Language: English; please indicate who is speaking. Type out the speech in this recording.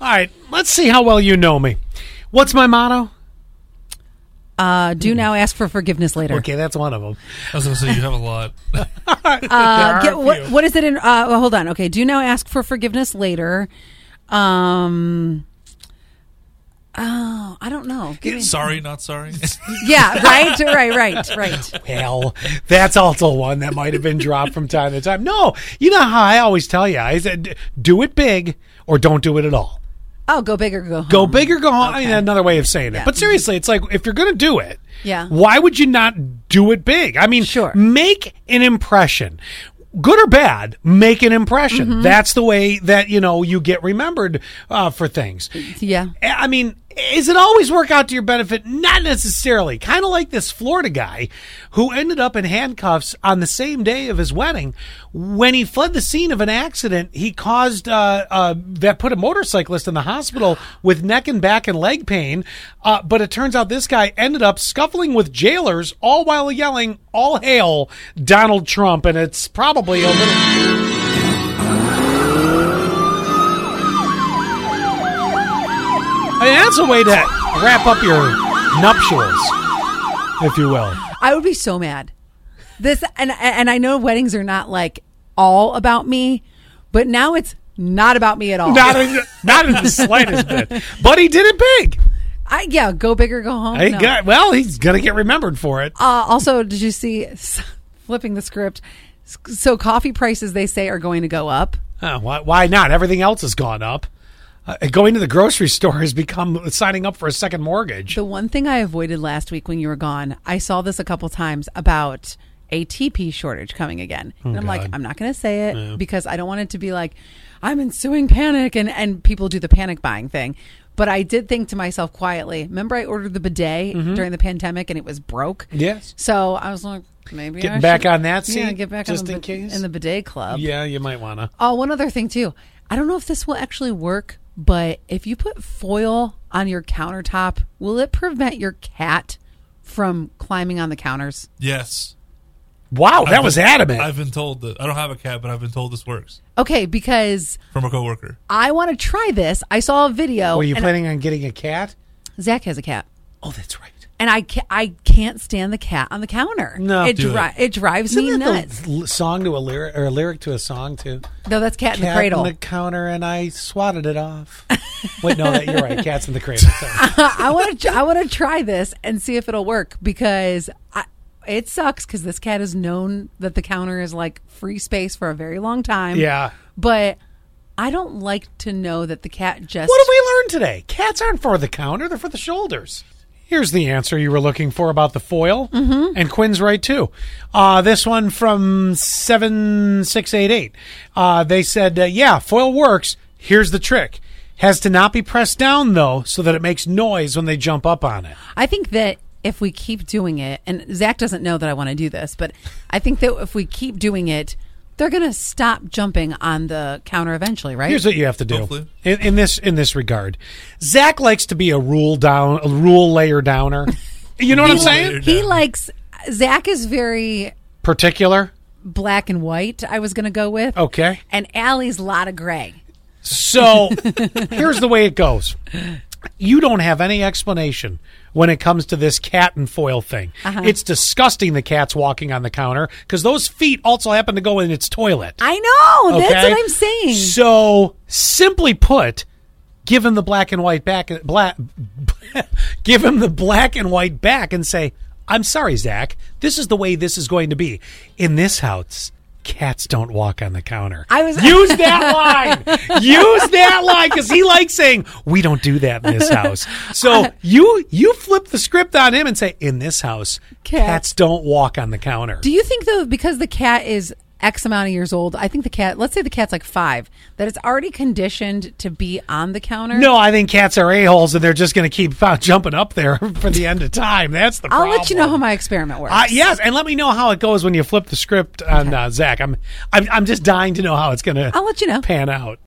Speaker 1: All right, let's see how well you know me. What's my motto?
Speaker 2: Uh,
Speaker 1: Hmm.
Speaker 2: do now ask for forgiveness later.
Speaker 1: Okay, that's one of them.
Speaker 3: I was going to say you have a lot.
Speaker 2: Uh, get,
Speaker 3: a
Speaker 2: what,
Speaker 3: few.
Speaker 2: what is it in? Uh, well, hold on. Okay, do now ask for forgiveness later. Um, oh, I don't know. Give me-
Speaker 3: sorry, not sorry.
Speaker 2: yeah, right, right, right, right.
Speaker 1: Well, that's also one that might have been dropped from time to time. No, you know how I always tell you, I said, do it big or don't do it at all.
Speaker 2: Oh, go big or go home.
Speaker 1: Go big or go home. I mean,
Speaker 2: Okay.
Speaker 1: another way of saying
Speaker 2: Yeah. Mm-hmm.
Speaker 1: it. But seriously, it's like if you're going to do it,
Speaker 2: Yeah.
Speaker 1: why would you not do it big? I mean,
Speaker 2: Sure.
Speaker 1: make an impression. Good or bad, make an impression.
Speaker 2: Mm-hmm.
Speaker 1: That's the way that, you know, you get remembered uh, for things.
Speaker 2: Yeah.
Speaker 1: I mean, is it always work out to your benefit? Not necessarily. Kind of like this Florida guy who ended up in handcuffs on the same day of his wedding. When he fled the scene of an accident, he caused uh, uh, that put a motorcyclist in the hospital with neck and back and leg pain. Uh, but it turns out this guy ended up scuffling with jailers, all while yelling "All hail Donald Trump!" And it's probably a little. I mean, that's a way to wrap up your nuptials, if you will.
Speaker 2: I would be so mad. This and and I know weddings are not like all about me, but now it's not about me at all.
Speaker 1: Not in, not in the slightest bit. But he did it big.
Speaker 2: I, yeah, go big or go home.
Speaker 1: He
Speaker 2: no.
Speaker 1: got, well, he's going to get remembered for it.
Speaker 2: Uh, also, did you see flipping the script? S- So coffee prices they say are going to go up.
Speaker 1: Huh, Uh, why, why not? Everything else has gone up. Uh, going to the grocery store has become signing up for a second mortgage.
Speaker 2: The one thing I avoided last week when you were gone, I saw this a couple times about ATP shortage coming again. and I'm like,
Speaker 1: Oh, God.
Speaker 2: I'm not going to say it because I don't want it to be like, I'm ensuing panic and, and people do the panic buying thing. But I did think to myself quietly, remember I ordered the bidet during the pandemic and it was broke?
Speaker 1: Mm-hmm. Yes.
Speaker 2: So I was like, maybe
Speaker 1: Getting
Speaker 2: I
Speaker 1: back
Speaker 2: should-
Speaker 1: on that
Speaker 2: Yeah,
Speaker 1: scene,
Speaker 2: get back
Speaker 1: just
Speaker 2: on the,
Speaker 1: in
Speaker 2: bi-
Speaker 1: case.
Speaker 2: in the bidet club.
Speaker 1: Yeah, you might want to.
Speaker 2: Oh, one other thing too. I don't know if this will actually work, but if you put foil on your countertop, will it prevent your cat from climbing on the counters?
Speaker 3: yes.
Speaker 1: Wow, that
Speaker 3: I've
Speaker 1: was
Speaker 3: been-
Speaker 1: adamant.
Speaker 3: I've been told that. I don't have a cat, but I've been told this works
Speaker 2: Okay, because
Speaker 3: from a coworker.
Speaker 2: I want to try this. I saw a video.
Speaker 1: Were you
Speaker 2: and-
Speaker 1: planning on getting a cat?
Speaker 2: Zach has a cat,
Speaker 1: Oh, that's right.
Speaker 2: and I ca- I can't stand the cat on the counter.
Speaker 1: No.
Speaker 2: it
Speaker 3: Do
Speaker 2: dri-
Speaker 3: it.
Speaker 2: it. drives me
Speaker 1: Isn't that
Speaker 2: nuts.
Speaker 1: the l- song to a lyric or a lyric to a song too?
Speaker 2: no, that's cat, in the
Speaker 1: cat
Speaker 2: cradle.
Speaker 1: on the counter and I swatted it off. Wait, no, that, you're right. Cats in the cradle. Sorry.
Speaker 2: I want to I want to try this and see if it'll work because I, it sucks because this cat has known that the counter is like free space for a very long time.
Speaker 1: Yeah.
Speaker 2: but I don't like to know that the cat just.
Speaker 1: What have we learned today? Cats aren't for the counter; they're for the shoulders. Here's the answer you were looking for about the foil, mm-hmm. and Quinn's right too. Uh, this one from seven six eight eight. Uh, they said, uh, "Yeah, foil works. Here's the trick: has to not be pressed down though, so that it makes noise when they jump up on it."
Speaker 2: I think that if we keep doing it, and Zach doesn't know that I want to do this, but I think that if we keep doing it, they're gonna stop jumping on the counter eventually, right?
Speaker 1: Here's what you have to do
Speaker 3: Hopefully.
Speaker 1: in, in this in this regard. Zach likes to be a rule down, a rule layer downer. You know what I'm
Speaker 3: Rule
Speaker 1: saying?
Speaker 3: layer.
Speaker 2: he likes Zach is very
Speaker 1: Particular.
Speaker 2: black and white. I was gonna go with
Speaker 1: Okay.
Speaker 2: and Allie's a lot of gray.
Speaker 1: So here's the way it goes. You don't have any explanation when it comes to this cat and foil thing. It's disgusting the cat's walking on the counter because those feet also happen to go in its toilet.
Speaker 2: I know. That's
Speaker 1: Okay?
Speaker 2: what I'm saying.
Speaker 1: So, simply put, give him the black and white back, black, give him the black and white back, and say, "I'm sorry, Zach. This is the way this is going to be in this house." Cats don't walk on the counter.
Speaker 2: I was-
Speaker 1: use that line. use that line because he likes saying we don't do that in this house. So you you flip the script on him and say in this house
Speaker 2: Cat-
Speaker 1: cats don't walk on the counter.
Speaker 2: Do you think though, because the cat is X amount of years old, I think the cat, let's say the cat's like five, that it's already conditioned to be on the counter?
Speaker 1: No, I think cats are a-holes and they're just going to keep uh, jumping up there for the end of time. That's the
Speaker 2: I'll
Speaker 1: problem.
Speaker 2: let you know how my experiment works.
Speaker 1: Uh, yes, and let me know how it goes when you flip the script on uh, Zach. I'm, I'm, I'm just dying to know how it's going to
Speaker 2: I'll let you know.
Speaker 1: pan out.